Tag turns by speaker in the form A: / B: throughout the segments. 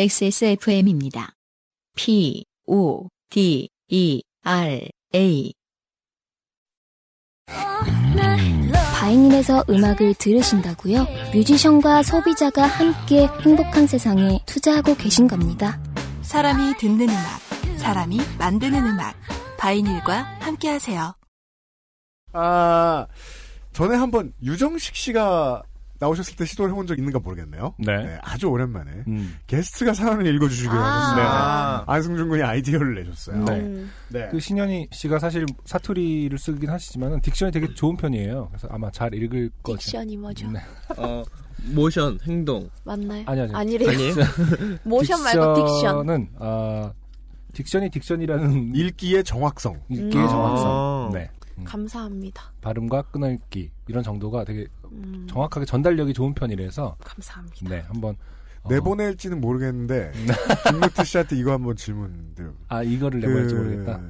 A: XSFM입니다. P, O, D, E, R, A.
B: 바이닐에서 음악을 들으신다고요? 뮤지션과 소비자가 함께 행복한 세상에 투자하고 계신 겁니다.
C: 사람이 듣는 음악, 사람이 만드는 음악. 바이닐과 함께하세요.
D: 아, 전에 한번 유정식 씨가 나오셨을 때 시도를 해본 적 있는가 모르겠네요.
E: 네.
D: 아주 오랜만에.
E: 음.
D: 게스트가 사연을 읽어주시기로
F: 아.
D: 하셨어요.
E: 아.
D: 안승준 군이 아이디어를 내줬어요.
E: 네.
F: 음.
D: 네.
E: 그 신현희 씨가 사실 사투리를 쓰긴 하시지만 딕션이 되게 좋은 편이에요. 그래서 아마 잘 읽을 거죠.
F: 딕션이 뭐죠?
E: 네.
G: 어, 모션, 행동.
F: 맞나요?
E: 아니, 아니.
F: 아니래요.
G: 아니에요?
F: 모션 말고 딕션.
E: 딕션은 아, 딕션이 딕션이라는
D: 읽기의 정확성.
E: 읽기의
G: 음.
E: 정확성.
G: 아.
E: 네. 음.
F: 감사합니다.
E: 발음과 끊어읽기 이런 정도가 되게
F: 음,
E: 정확하게 전달력이 좋은 편이라서
F: 감사합니다.
E: 네, 한번 어, 네.
D: 내보낼지는 모르겠는데 김노트 씨한테 이거 한번 질문 드려.
E: 아, 이거를
G: 그
E: 내보낼지 모르겠다.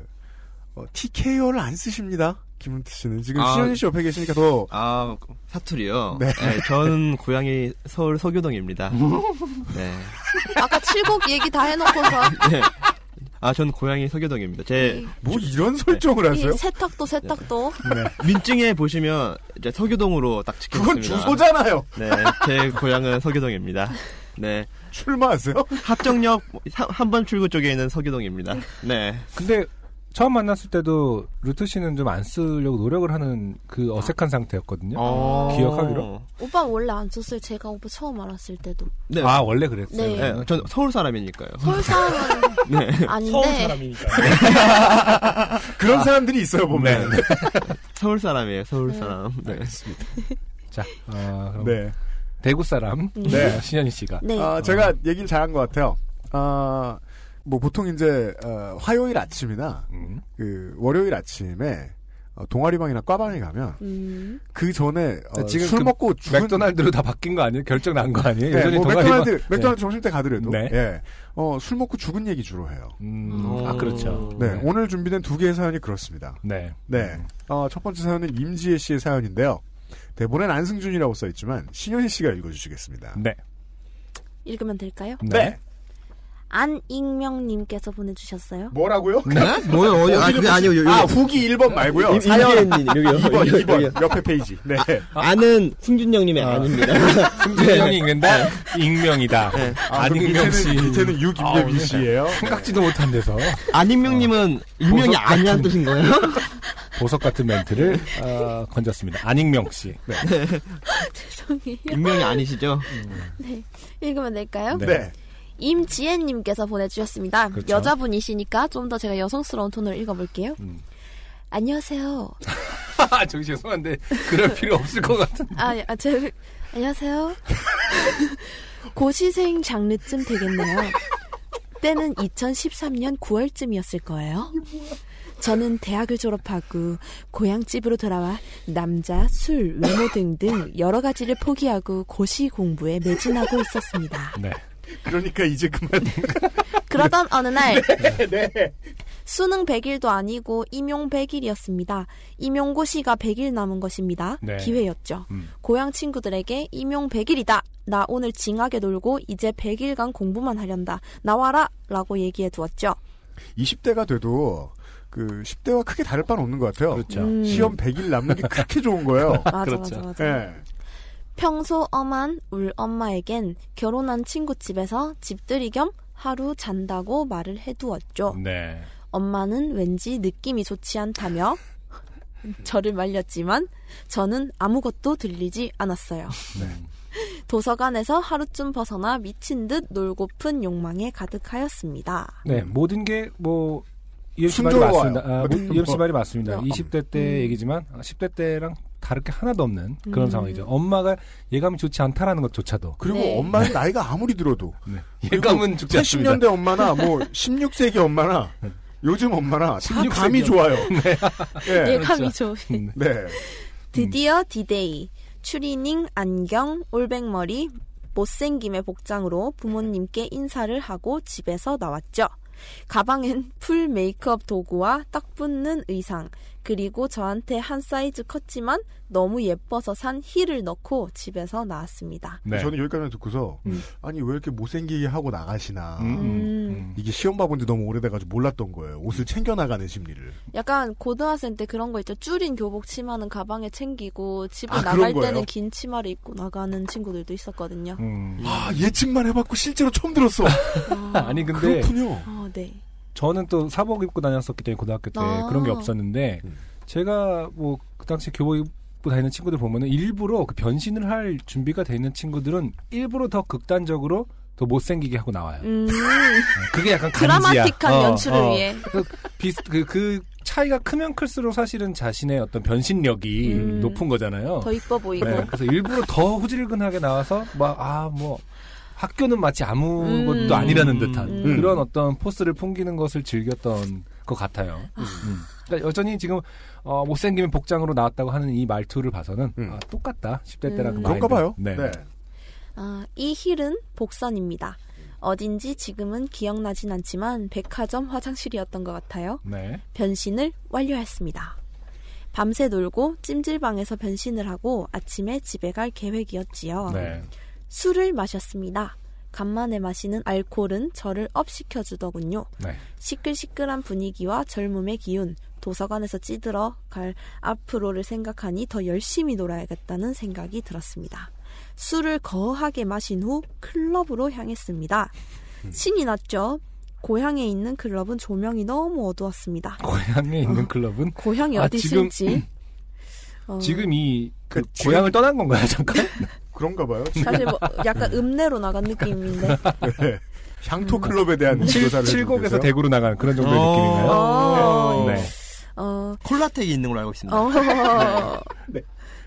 D: 어, TKO를 안 쓰십니다. 김노트 씨는 지금
G: 아.
D: 시현 씨 옆에 계시니까 더
G: 아, 사투리요?
D: 네.
G: 네. 전 고향이 서울 서교동입니다. 네.
F: 아까 칠곡 얘기 다 해놓고서
G: 네. 아, 전 고향이 서교동입니다. 제
D: 뭐 이런
E: 네.
D: 설정을
F: 이
D: 하세요?
F: 세탁도 세탁도
G: 민증에 보시면 이제 서교동으로 딱 찍혔습니다.
D: 그건 주소잖아요.
G: 네, 제 고향은 서교동입니다. 네,
D: 출마하세요?
E: 아.
G: 합정역 한번 출구 쪽에 있는 서교동입니다. 네,
E: 근데 처음 만났을 때도 루트 씨는 좀 안 쓰려고 노력을 하는 그
F: 아.
E: 어색한 상태였거든요.
G: 어...
E: 기억하기로?
F: 오빠 원래 안 썼어요. 제가 오빠 처음 알았을 때도
G: 네,
E: 아, 원래 그랬어요.
F: 네.
G: 네, 전 서울 사람이니까요.
F: 서울 사람은
G: 네,
F: 아닌데
D: 그런 사람들이 있어요 보면. 네.
G: 서울 사람이에요, 서울 사람. 네.
E: 자, 아, 그럼
D: 네.
E: 대구 사람
D: 네.
E: 신현희 씨가
F: 네.
D: 아, 제가 얘기를 잘한 것 같아요. 아, 뭐 보통 이제 어, 화요일 아침이나
E: 음.
D: 그 월요일 아침에 어, 동아리방이나 과방에 가면
F: 음,
D: 그 전에 어,
E: 지금
D: 술
E: 그
D: 먹고 죽은
E: 맥도날드로 다 바뀐 거 아니에요? 결정 난 거 아니에요?
D: 네,
E: 여전히
D: 뭐
E: 동아리만-
D: 맥도날드
E: 네.
D: 맥도날드 점심 때 가더라도
E: 네.
D: 예. 어, 술 먹고 죽은 얘기 주로 해요.
E: 음, 아 그렇죠.
D: 네, 오늘 준비된 두 개의 사연이 그렇습니다.
E: 네.
D: 네. 어, 첫 번째 사연은 임지혜 씨의 사연인데요. 대본엔 안승준이라고 써 있지만 신현희 씨가 읽어 주시겠습니다.
E: 네.
F: 읽으면 될까요?
E: 네.
F: 안익명님께서 보내주셨어요.
D: 뭐라고요?
G: 네? 뭐요? 어디, 아, 그게 아니요, 여기.
D: 아, 후기 1번 말고요.
G: 임- 임기현님, 여기요.
D: 2번,
G: 여기,
D: 2번.
G: 여기요.
D: 옆에 페이지. 네.
G: 아는 승준 형님의 아. 닙니다 네.
E: 승준이 형이 읽는데 익명이다.
D: 네. 아, 그럼
E: 안익명 씨.
D: 밑에는, 밑에는 유김대미
E: 아우, 네.
D: 씨예요.
E: 생각지도 못한 데서
G: 안익명님은
E: 보석
G: 일명이
E: 같은-
G: 아니란 뜻인 거예요?
E: 보석 같은 멘트를 어, 건졌습니다. 안익명 씨.
D: 네.
F: 죄송해요.
G: 일명이 아니시죠?
F: 읽으면 될까요?
E: 네.
D: 네.
F: 임지혜님께서 보내주셨습니다.
E: 그렇죠.
F: 여자분이시니까 좀 더 제가 여성스러운 톤으로 읽어볼게요.
E: 음.
F: 안녕하세요.
E: 아, 저기 죄송한데 그럴 필요 없을 것 같은.
F: 아, 아, 제, 안녕하세요. 고시생 장르쯤 되겠네요. 때는 2013년 9월쯤이었을 거예요. 저는 대학을 졸업하고 고향집으로 돌아와 남자, 술, 외모 등등 여러 가지를 포기하고 고시 공부에 매진하고 있었습니다.
E: 네.
D: 그러니까 이제 그만.
F: 그러던 어느 날
E: 네,
F: 수능 100일도 아니고 임용 100일이었습니다. 임용고시가 100일 남은 것입니다.
E: 네.
F: 기회였죠.
E: 음.
F: 고향 친구들에게 임용 100일이다. 나 오늘 징하게 놀고 이제 100일간 공부만 하련다. 나와라 라고 얘기해 두었죠.
D: 20대가 돼도 그 10대와 크게 다를 바는 없는 것 같아요.
E: 그렇죠.
F: 음.
D: 시험 100일 남는 게 그렇게 좋은 거예요.
F: 맞아
E: 그렇죠.
F: 맞아 맞아.
D: 네.
F: 평소 엄한 울 엄마에겐 결혼한 친구 집에서 집들이 겸 하루 잔다고 말을 해 두었죠.
E: 네.
F: 엄마는 왠지 느낌이 좋지 않다며 저를 말렸지만 저는 아무것도 들리지 않았어요. 도서관에서 하루쯤 벗어나 미친 듯 놀고픈 욕망에 가득하였습니다.
E: 네, 모든 게 뭐 이엠 씨 말이
D: 음. 순조로워요.
E: 맞습니다. 아,
D: 뭐,
E: 이엠 씨
D: 뭐.
E: 말이 맞습니다.
F: 음.
E: 20대 때 얘기지만 아, 10대 때랑 다를 게 하나도 없는 그런
F: 음.
E: 상황이죠. 엄마가 예감이 좋지 않다라는 것조차도
D: 그리고
F: 네.
D: 엄마는 나이가 아무리 들어도
E: 예감은 네. 죽지 않습니다. 네.
D: 80년대 엄마나 뭐 16세기 엄마나 요즘 엄마나 다
E: 16세기
D: 감이 좋아요. 네.
F: 예감이 좋
D: 네.
F: 드디어 디데이. 추리닝, 안경, 올백머리, 못생김의 복장으로 부모님께 인사를 하고 집에서 나왔죠. 가방엔 풀 메이크업 도구와 딱 붙는 의상, 그리고 저한테 한 사이즈 컸지만 너무 예뻐서 산 힐을 넣고 집에서 나왔습니다.
E: 네.
D: 저는 여기까지만 듣고서
E: 음.
D: 아니 왜 이렇게 못생기게 하고 나가시나.
E: 음, 음,
F: 음.
E: 음.
D: 이게 시험 봐본 지 너무 오래돼가지고 몰랐던 거예요. 옷을 챙겨 나가는 심리를.
E: 음.
F: 약간 고등학생 때 그런 거 있죠. 줄인 교복 치마는 가방에 챙기고 집에
D: 아,
F: 나갈
D: 그런 거예요?
F: 때는 긴 치마를 입고 나가는 친구들도 있었거든요.
E: 음.
D: 아 예측만 해봤고 실제로 처음 들었어.
F: 아,
E: 아니 근데
D: 그렇군요.
F: 어, 네.
E: 저는 또 사복 입고 다녔었기 때문에 고등학교 때
F: 아.
E: 그런 게 없었는데
D: 음.
E: 제가 뭐 그 당시 교복 입고 다니는 친구들 보면은 일부러 그 변신을 할 준비가 돼 있는 친구들은 일부러 더 극단적으로 더 못생기게 하고 나와요.
F: 음,
E: 그게 약간 간지야.
F: 드라마틱한
E: 어,
F: 연출을
E: 어.
F: 위해.
E: 비슷 그, 그 차이가 크면 클수록 사실은 자신의 어떤 변신력이
F: 음.
E: 높은 거잖아요.
F: 더 이뻐 보이고.
E: 네, 그래서 일부러 더 후질근하게 나와서 막 아 뭐 학교는 마치 아무것도
F: 음.
E: 아니라는 듯한
F: 음.
E: 그런 어떤 포스를 풍기는 것을 즐겼던 것 같아요. 음. 그러니까 여전히 지금 어, 못생기면 복장으로 나왔다고 하는 이 말투를 봐서는
D: 음.
E: 아, 똑같다. 10대 때랑 그
F: 음.
D: 그런가
E: 마인드.
D: 봐요.
E: 네.
F: 아, 이 힐은 복선입니다. 어딘지 지금은 기억나진 않지만 백화점 화장실이었던 것 같아요.
E: 네.
F: 변신을 완료했습니다. 밤새 놀고 찜질방에서 변신을 하고 아침에 집에 갈 계획이었지요.
E: 네.
F: 술을 마셨습니다. 간만에 마시는 알코올은 저를 업시켜주더군요.
E: 네.
F: 시끌시끌한 분위기와 젊음의 기운, 도서관에서 찌들어 갈 앞으로를 생각하니 더 열심히 놀아야겠다는 생각이 들었습니다. 술을 거하게 마신 후 클럽으로 향했습니다.
E: 음.
F: 신이 났죠. 고향에 있는 클럽은 조명이 너무 어두웠습니다.
E: 고향에 있는 클럽은
F: 고향이
E: 아,
F: 어디
E: 지금-
F: 있을지. 어,
E: 지금 이 그
D: 그러니까 지금- 네.
E: 고향을 떠난 건가요, 잠깐?
D: 그런가 봐요.
F: 사실 뭐 약간 읍내로 나간 느낌인데.
D: 네. 향토 클럽에
E: 그
D: 대한 조사를 해주고
E: 음. 칠곡에서
D: 계세요?
E: 대구로 나가는 그런 정도의
D: 어.
E: 느낌인가요?
F: 어,
E: 네.
F: 어,
G: 콜라텍이 있는 걸로 알고 있습니다.
F: 어.
D: 네.
F: 네.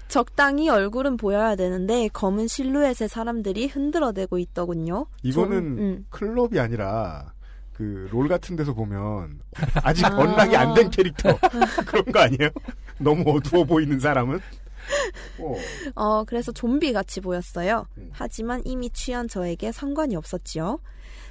F: 적당히 얼굴은 보여야 되는데 검은 실루엣의 사람들이 흔들어대고 있더군요.
D: 이거는
F: 좀, 음.
D: 클럽이 아니라 그 롤 같은 데서 보면 아직
F: 아.
D: 언락이 안 된 캐릭터 그런 거 아니에요? 너무 어두워 보이는 사람은 어.
F: 어, 그래서 좀비 같이 보였어요.
D: 음.
F: 하지만 이미 취한 저에게 상관이 없었지요.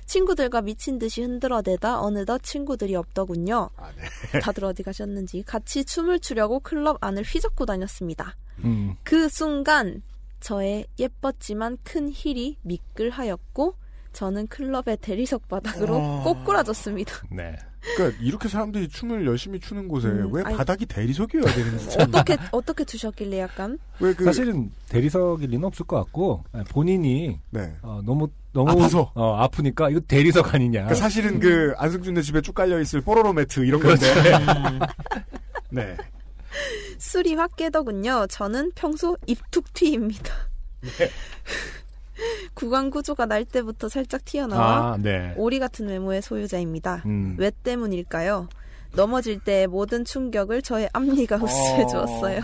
F: 친구들과 미친 듯이 흔들어대다 어느덧 친구들이 없더군요.
D: 아, 네.
F: 다들 어디 가셨는지 같이 춤을 추려고 클럽 안을 휘젓고 다녔습니다.
E: 음.
F: 그 순간 저의 예뻤지만 큰 힐이 미끌하였고 저는 클럽의 대리석 바닥으로
G: 어.
F: 꼬꾸라졌습니다.
E: 네.
D: 그러니까 이렇게 사람들이 춤을 열심히 추는 곳에
F: 음,
D: 왜
F: 아니.
D: 바닥이 대리석이어야 되는지
F: 어떻게 어떻게 주셨길래 약간
D: 왜그
E: 사실은 대리석일 리는 없을 것 같고 아니, 본인이
D: 네.
E: 어, 너무 너무
D: 아파서.
E: 어, 아프니까 이거 대리석 아니냐.
D: 그러니까 사실은 그 안승준네 집에 쭉 깔려 있을 뽀로로 매트 이런
F: 그렇죠.
D: 건데
F: 음.
D: 네.
F: 술이 확 깨더군요. 저는 평소 입툭튀입니다.
E: 네.
F: 구강 구조가 날 때부터 살짝 튀어나와
E: 아, 네.
F: 오리 같은 외모의 소유자입니다.
E: 음.
F: 왜 때문일까요? 넘어질 때의 모든 충격을 저의 앞니가
E: 어.
F: 흡수해 주었어요.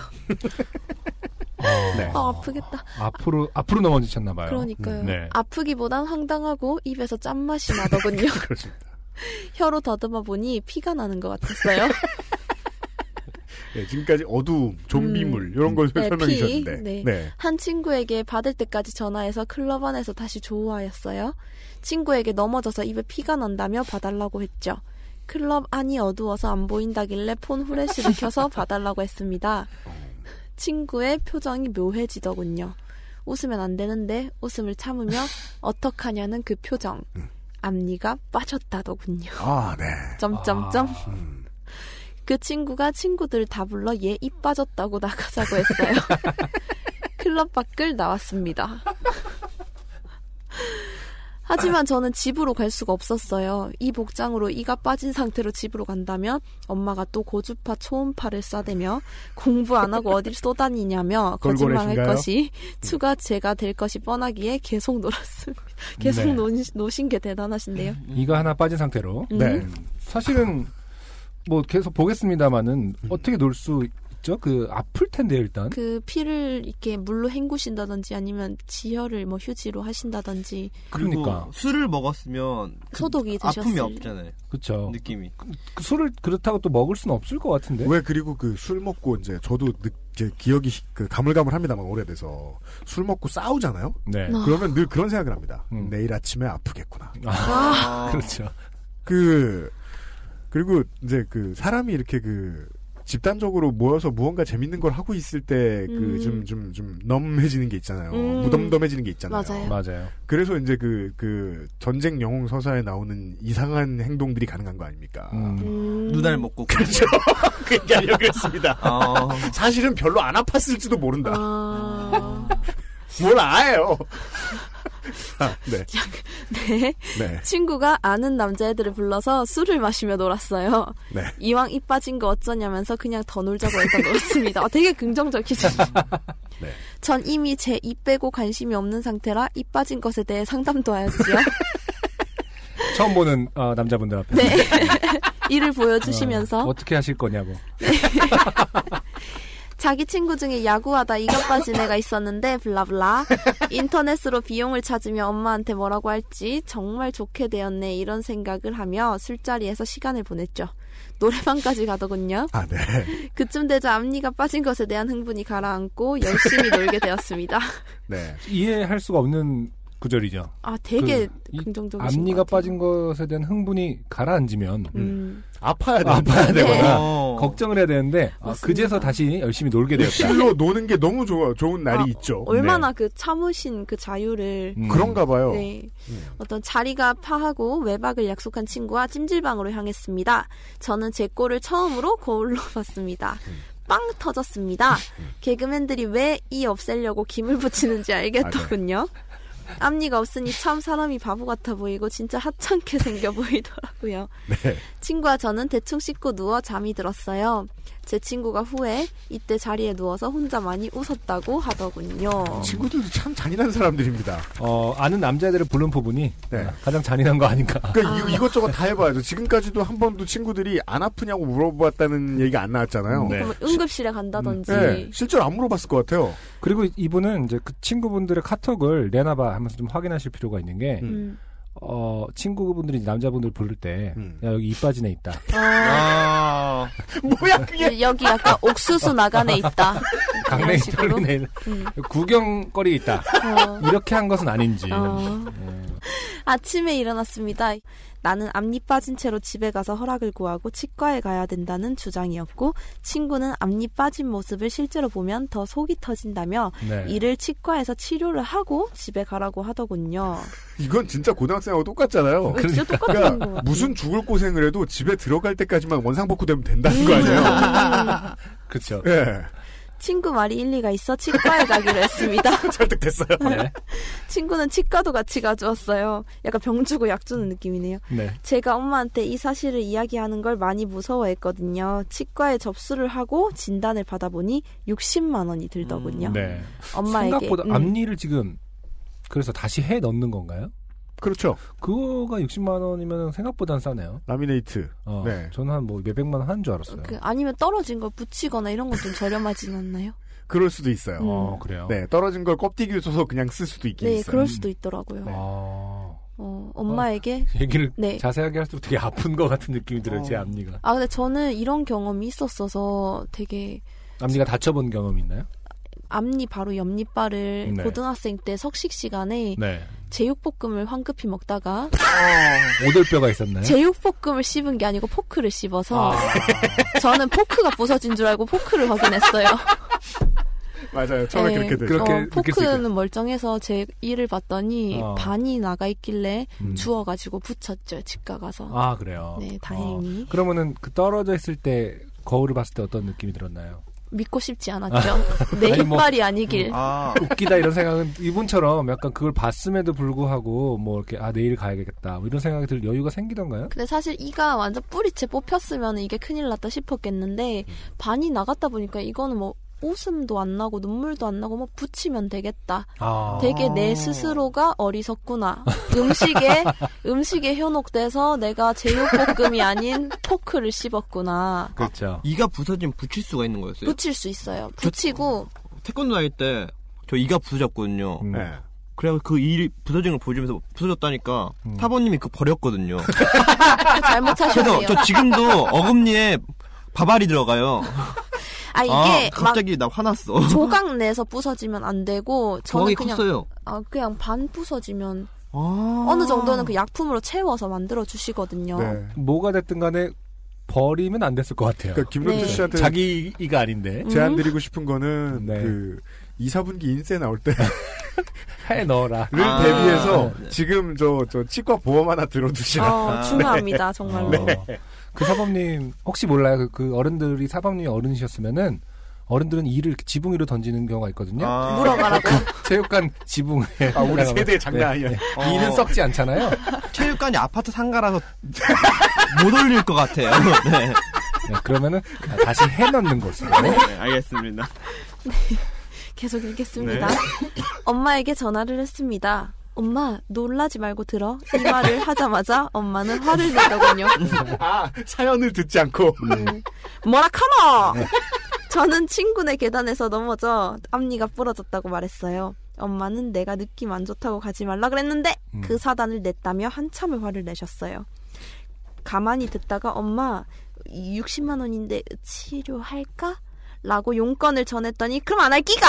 E: 네.
F: 아, 아프겠다.
E: 앞으로 앞으로 넘어지셨나 봐요.
F: 그러니까요. 음,
E: 네.
F: 아프기보단 황당하고 입에서 짠맛이 나더군요. 혀로 더듬어 보니 피가 나는 것 같았어요.
D: 네, 지금까지 어두움, 좀비물 이런 걸
F: 네,
D: 설명해
F: 피.
D: 주셨는데
F: 네.
D: 네.
F: 한 친구에게 받을 때까지 전화해서 클럽 안에서 다시 조우하였어요. 친구에게 넘어져서 입에 피가 난다며 봐달라고 했죠. 클럽 안이 어두워서 안 보인다길래 폰 후레쉬를 켜서 봐달라고 했습니다. 친구의 표정이 묘해지더군요. 웃으면 안 되는데 웃음을 참으며 어떡하냐는 그 표정. 앞니가 빠졌다더군요.
D: 아, 네.
F: 점점점.
D: 음.
F: 그 친구가 친구들 다 불러 얘 입 빠졌다고 나가자고 했어요. 클럽 밖을 나왔습니다. 하지만 저는 집으로 갈 수가 없었어요. 이 복장으로 이가 빠진 상태로 집으로 간다면 엄마가 또 고주파 초음파를 쏴대며 공부 안 하고 어딜 쏘다니냐며 거짓말할
D: 돌고래신가요?
F: 것이 추가 죄가 될 것이 뻔하기에 계속 놀았습니다. 계속
E: 네.
F: 노, 노신 게 대단하신데요.
E: 이거 하나 빠진 상태로
F: 음.
D: 네.
E: 사실은 뭐 계속 보겠습니다만은
D: 음.
E: 어떻게 놀 수 있죠? 그 아플 텐데 일단.
F: 그 피를 이렇게 물로 헹구신다든지 아니면 지혈을 뭐 휴지로 하신다든지
G: 그리고
E: 그러니까.
G: 술을 먹었으면 그
F: 소독이
G: 아픔이
F: 되셨을
G: 없잖아요.
E: 그렇죠.
G: 느낌이.
E: 그 술을 그렇다고 또 먹을 수는 없을 것 같은데.
D: 왜 그리고 그 술 먹고 이제 저도 늦, 제 기억이 그 가물가물합니다만 오래돼서 술 먹고 싸우잖아요.
E: 네.
F: 아.
D: 그러면 늘 그런 생각을 합니다.
E: 음.
D: 내일 아침에 아프겠구나.
G: 아,
E: 그렇죠.
D: 그 그리고 이제 그 사람이 이렇게 그 집단적으로 모여서 무언가 재밌는 걸 하고 있을 때 그
F: 음.
D: 좀 좀 좀 넘해지는 게 있잖아요.
F: 음.
D: 무덤덤해지는 게 있잖아요.
F: 맞아요.
E: 맞아요.
D: 그래서 이제 그 그 전쟁 영웅 서사에 나오는 이상한 행동들이 가능한 거 아닙니까?
E: 음.
F: 음.
G: 눈알 먹고 그렇죠.
D: 그게 아니라 그랬습니다.
G: 어,
D: 사실은 별로 안 아팠을지도 모른다.
F: 어. 아,
D: 뭘 알아요? 아, 네,
F: 네.
D: 네,
F: 친구가 아는 남자애들을 불러서 술을 마시며 놀았어요.
D: 네.
F: 이왕 이 빠진 거 어쩌냐면서 그냥 더 놀자고 해서 놀았습니다. 어, 되게 긍정적이죠.
D: 네.
F: 전 이미 제 입 빼고 관심이 없는 상태라 입 빠진 것에 대해 상담도 하였지요.
E: 처음 보는 어, 남자분들 앞에
F: 네. 이를
E: 어,
F: 보여주시면서
E: 어떻게 하실 거냐고.
F: 자기 친구 중에 야구하다 이것 빠진 애가 있었는데 블라블라 인터넷으로 비용을 찾으며 엄마한테 뭐라고 할지 정말 좋게 되었네 이런 생각을 하며 술자리에서 시간을 보냈죠. 노래방까지 가더군요.
D: 아, 네.
F: 그쯤 되자 앞니가 빠진 것에 대한 흥분이 가라앉고 열심히 놀게 되었습니다.
D: 네.
E: 이해할 수가 없는 구절이죠.
F: 아 되게
E: 그, 이
F: 긍정적이신
E: 앞니가
F: 것 같아요.
E: 빠진 것에 대한 흥분이 가라앉으면
F: 음.
D: 아파야 돼.
E: 아파야 되거나
G: 어.
E: 걱정을 해야 되는데 아,
F: 맞습니다.
E: 그제서 다시 열심히 놀게 되었다.
D: 실로 노는 게 너무 좋아, 좋은 날이
F: 네. 아,
D: 있죠.
E: 네.
F: 얼마나 그 참으신 그 자유를
E: 음.
D: 그런가 봐요.
F: 네.
D: 음.
F: 어떤 자리가 파하고 외박을 약속한 친구와 찜질방으로 향했습니다. 저는 제 꼴을 처음으로 거울로 봤습니다. 빵 터졌습니다. 개그맨들이 왜 이 없애려고 김을 붙이는지 알겠더군요. 앞니가 없으니 참 사람이 바보 같아 보이고 진짜 하찮게 생겨 보이더라고요. 친구와 저는 대충 씻고 누워 잠이 들었어요. 제 친구가 후에 이때 자리에 누워서 혼자 많이 웃었다고 하더군요.
D: 어, 친구들도 참 잔인한 사람들입니다.
E: 어, 아는 남자애들을 부른 부분이
D: 네.
E: 어, 가장 잔인한 거 아닌가.
D: 그러니까 이거- 이것저것 다 해봐야죠. 지금까지도 한 번도 친구들이 안 아프냐고 물어봤다는 얘기가 안 나왔잖아요.
E: 네.
F: 그러면 응급실에 간다든지
D: 네, 실제로 안 물어봤을 것 같아요.
E: 그리고 이분은 이제 그 친구분들의 카톡을 내나봐 하면서 좀 확인하실 필요가 있는 게
D: 음.
F: 음.
E: 어, 친구분들이 남자분들 부를 때,
D: 음.
E: 야, 여기 이빠지네 있다.
G: 아,
D: 뭐야 그게?
F: 여기 약간 옥수수 나간에 있다.
E: 강냉이
F: 이런 식으로?
E: 털리네.
F: 음.
E: 구경거리 있다.
F: 어.
E: 이렇게 한 것은 아닌지.
F: 어.
D: 예.
F: 아침에 일어났습니다. 나는 앞니 빠진 채로 집에 가서 허락을 구하고 치과에 가야 된다는 주장이었고 친구는 앞니 빠진 모습을 실제로 보면 더 속이 터진다며
E: 네.
D: 예.
F: 이를 치과에서 치료를 하고 집에 가라고 하더군요.
D: 이건 진짜 고등학생하고 똑같잖아요.
F: 진짜 똑같은 거
D: 어, 그러니까
F: 같아요.
D: 무슨 죽을 고생을 해도 집에 들어갈 때까지만 원상복구 되면 된다는 거 아니에요?
F: 음.
E: 그쵸.
D: 예,
F: 친구 말이 일리가 있어 치과에 가기로 했습니다.
D: 설득됐어요.
E: 네.
F: 친구는 치과도 같이 가져왔어요. 약간 병 주고 약 주는 느낌이네요.
E: 네.
F: 제가 엄마한테 이 사실을 이야기하는 걸 많이 무서워했거든요. 치과에 접수를 하고 진단을 받아보니 60만 원이 들더군요.
G: 음,
E: 네.
F: 엄마에게
E: 생각보다
F: 음,
E: 앞니를 지금, 그래서 다시 해 넣는 건가요?
D: 그렇죠.
E: 그거가 60만 원이면 생각보단 싸네요.
D: 라미네이트.
E: 어,
D: 네.
E: 저는 한뭐 몇백만 원 하는 줄 알았어요.
F: 그, 아니면 떨어진 걸 붙이거나 이런 건 좀 저렴하진 않나요?
D: 그럴 수도 있어요.
F: 음.
E: 어, 그래요.
D: 네, 떨어진 걸 껍데기 줘서 그냥 쓸 수도 있긴
F: 네,
D: 있어요.
F: 그럴 수도 있더라고요.
E: 어,
F: 어, 엄마에게
E: 네. 얘기를
F: 네.
E: 자세하게 할수록 되게 아픈 것 같은 느낌이 들어요, 제 앞니가.
F: 아 근데 저는 이런 경험이 있었어서 되게
E: 앞니가 다쳐본 경험 있나요?
F: 앞니 바로 옆니빨을
E: 네.
F: 고등학생 때 석식 시간에
E: 네.
F: 제육볶음을 황급히 먹다가
E: 오돌뼈가 있었나요?
F: 제육볶음을 씹은 게 아니고 포크를 씹어서
E: 아.
F: 저는 포크가 부서진 줄 알고 포크를 확인했어요.
D: 맞아요. 처음에
F: 네.
D: 그렇게 되죠.
E: 그렇게
F: 어,
E: 느낄 수
F: 포크는 멀쩡해서 제 이를 봤더니
E: 어.
F: 반이 나가 있길래
E: 음.
F: 주워가지고 붙였죠 집가 가서.
E: 아 그래요.
F: 네, 다행히.
E: 어, 그러면은 그 떨어져 있을 때 거울을 봤을 때 어떤 느낌이 들었나요?
F: 믿고 싶지 않았죠. 내
E: 아니, 뭐-
F: 이빨이 아니길.
G: 아,
E: 웃기다 이런 생각은 이분처럼 약간 그걸 봤음에도 불구하고 뭐 이렇게 아 내일 가야겠다 뭐 이런 생각이 들 여유가 생기던가요?
F: 근데 사실 이가 완전 뿌리채 뽑혔으면 이게 큰일 났다 싶었겠는데 반이 나갔다 보니까 이거는 뭐 웃음도 안 나고 눈물도 안 나고 뭐 붙이면 되겠다
E: 아
F: 되게 내 스스로가 어리석구나. 음식에 음식에 현혹돼서 내가 제육볶음이 아닌 포크를 씹었구나.
E: 그렇죠.
G: 이가 부서지면 붙일 수가 있는 거였어요.
F: 붙일 수 있어요. 붙이고
G: 태권도 다닐 때 저 이가 부서졌거든요.
E: 음.
D: 네.
G: 그래서 그이 부서진 걸 보여주면서 부서졌다니까 사모님이 그거 버렸거든요. 그래서
F: 잘못하셨어요.
G: 저 지금도 어금니에 바발이 들어가요.
F: 아 이게
G: 아,
F: 막
G: 갑자기 뭐. 나 화났어.
F: 조각 내서 부서지면 안 되고 저는
G: 조각이
F: 그냥
G: 컸어요.
F: 아 그냥 반 부서지면
G: 아.
F: 어느 정도는 그 약품으로 채워서 만들어 주시거든요.
D: 네.
E: 뭐가 됐든 간에 버리면 안 됐을 것 같아요.
D: 그러니까 김명수
F: 네.
D: 씨한테
H: 자기가 아닌데
F: 음?
D: 제안 드리고 싶은 거는
E: 네.
D: 그 2, 4분기 인쇄 나올 때를
E: 해 넣어라.
G: 아.
D: 대비해서
G: 네.
D: 지금 저, 저 치과 보험 하나 들어두시라.
G: 아,
F: 어, 중요합니다, 정말로.
E: 어, 그 사범님 혹시 몰라요. 그, 그 어른들이 사범님이 어른이셨으면은 어른들은 이를 이렇게 지붕 위로 던지는 경우가 있거든요.
G: 아,
F: 물어봐라고.
E: 체육관 지붕에
D: 아, 우리
E: 올라가면. 네,
D: 세대 장난 아니야.
G: 어,
E: 이는 썩지 않잖아요.
G: 체육관이 아파트 상가라서 못 올릴 것 같아요. 네,
E: 네, 그러면은 아, 다시 해 넣는 것으로.
G: 네, 알겠습니다.
F: 계속 읽겠습니다. 엄마에게 전화를 했습니다. 엄마, 놀라지 말고 들어. 이 말을 하자마자 엄마는 화를 내더군요.
D: 아, 사연을 듣지 않고.
E: 네.
F: 뭐라 카노! 저는 친구네 계단에서 넘어져 앞니가 부러졌다고 말했어요. 엄마는 내가 느낌 안 좋다고 가지 말라 그랬는데
E: 음.
F: 그 사단을 냈다며 한참을 화를 내셨어요. 가만히 듣다가 엄마 60만 원인데 치료할까? 라고 용건을 전했더니 그럼 안 할 끼가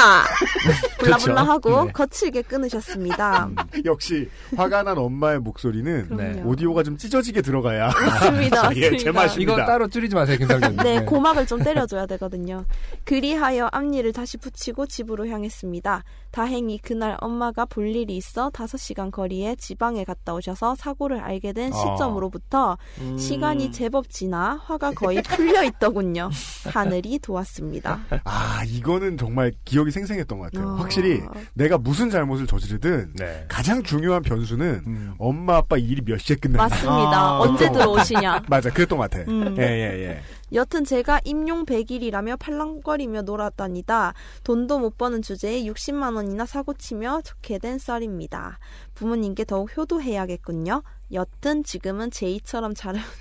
F: 블라블라 하고
E: 네.
F: 거칠게 끊으셨습니다.
D: 역시, 화가 난 엄마의 목소리는
E: 네.
F: 그럼요.
D: 오디오가 좀 찢어지게 들어가야.
F: 맞습니다.
D: 예, 제
F: 맞습니다.
D: 맛이-
E: 이거
D: 맞습니다.
E: 따로 줄이지 마세요, 김상준.
F: 네, 고막을 좀 때려줘야 되거든요. 그리하여 앞니를 다시 붙이고 집으로 향했습니다. 다행히 그날 엄마가 볼 일이 있어 5시간 거리에 지방에 갔다 오셔서 사고를 알게 된
D: 아.
F: 시점으로부터
D: 음.
G: 음.
F: 시간이 제법 지나 화가 거의 풀려 있더군요. 하늘이 도왔습니다.
D: 아, 이거는 정말 기억이 생생했던 것 같아요.
F: 어.
D: 확실히, 내가 무슨 잘못을 저지르든,
E: 네.
D: 가장 중요한 변수는,
E: 음.
D: 엄마, 아빠 일이 몇 시에 끝나는
F: 맞습니다.
G: 아,
F: 언제
D: 그렇구나.
F: 들어오시냐?
D: 맞아, 그랬던 것 같아.
F: 음.
D: 예, 예, 예.
F: 여튼 제가 임용 100일이라며 팔랑거리며 놀았다니다. 돈도 못 버는 주제에 60만 원이나 사고치며 좋게 된 썰입니다. 부모님께 더욱 효도해야겠군요. 여튼 지금은 제이처럼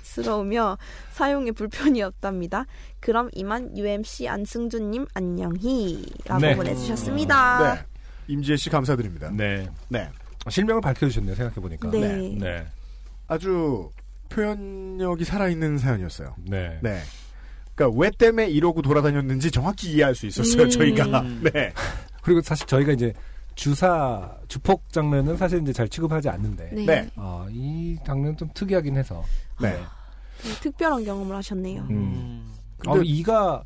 F: 자랑스러우며 사용에 불편이 없답니다. 그럼 이만 UMC 안승준님 안녕히 라고
E: 네.
F: 보내주셨습니다.
D: 네. 임지혜 씨 감사드립니다.
E: 네.
D: 네.
E: 실명을 밝혀주셨네요, 생각해보니까.
F: 네.
E: 네.
D: 아주 표현력이 살아있는 사연이었어요.
E: 네.
D: 네. 그러니까 왜 때문에 이러고 돌아다녔는지 정확히 이해할 수 있었어요.
F: 음.
D: 저희가. 네.
E: 그리고 사실 저희가 이제 주사, 주폭 장면은 사실 이제 잘 취급하지 않는데.
F: 네.
D: 네.
E: 아, 이 장면 좀 특이하긴 해서.
D: 네.
F: 아. 특별한 경험을 하셨네요.
E: 음.
D: 근데-
E: 어, 이가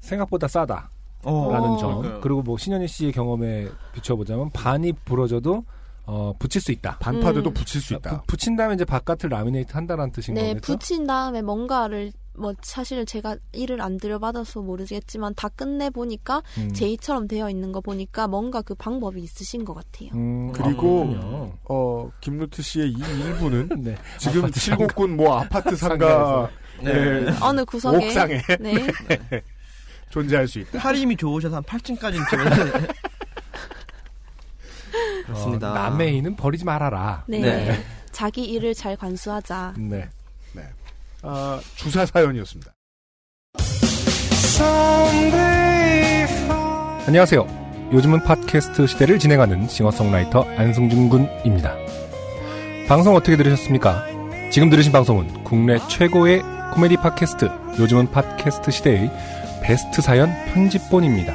E: 생각보다 싸다라는
G: 어,
F: 라는
E: 점.
G: 그러니까요.
E: 그리고 뭐 신현희 씨의 경험에 비춰보자면 반이 부러져도 어, 붙일 수 있다.
D: 반파돼도
F: 음.
D: 붙일 수 있다.
E: 부- 붙인 다음에 이제 바깥을 라미네이트 한다라는 뜻인
F: 네,
E: 거겠죠?
F: 붙인 다음에 뭔가를 뭐 사실 제가 일을 안 들여받아서 모르겠지만 다 끝내 보니까
E: 음.
F: 제이처럼 되어 있는 거 보니까 뭔가 그 방법이 있으신 것 같아요.
E: 음,
D: 그리고-
E: 그렇군요.
D: 어, 김루트 씨의 이 일부는
E: 네.
D: 지금
E: 아파트
D: 칠곡군 뭐 아파트 상가
E: 상가에서.
D: 네.
F: 어느 구석에
D: 옥상에
F: 네.
D: 존재할 수 있다.
G: 하림이 좋으셔서 한 8층까지는 들어오는 그렇습니다.
E: 어, 남의 이는 버리지 말아라.
F: 네.
G: 네.
F: 자기 일을 잘 관수하자.
E: 네.
D: 아, 주사 사연이었습니다.
E: 안녕하세요. 요즘은 팟캐스트 시대를 진행하는 싱어송라이터 안승준 군입니다. 방송 어떻게 들으셨습니까? 지금 들으신 방송은 국내 최고의 코미디 팟캐스트 요즘은 팟캐스트 시대의 베스트 사연 편집본입니다.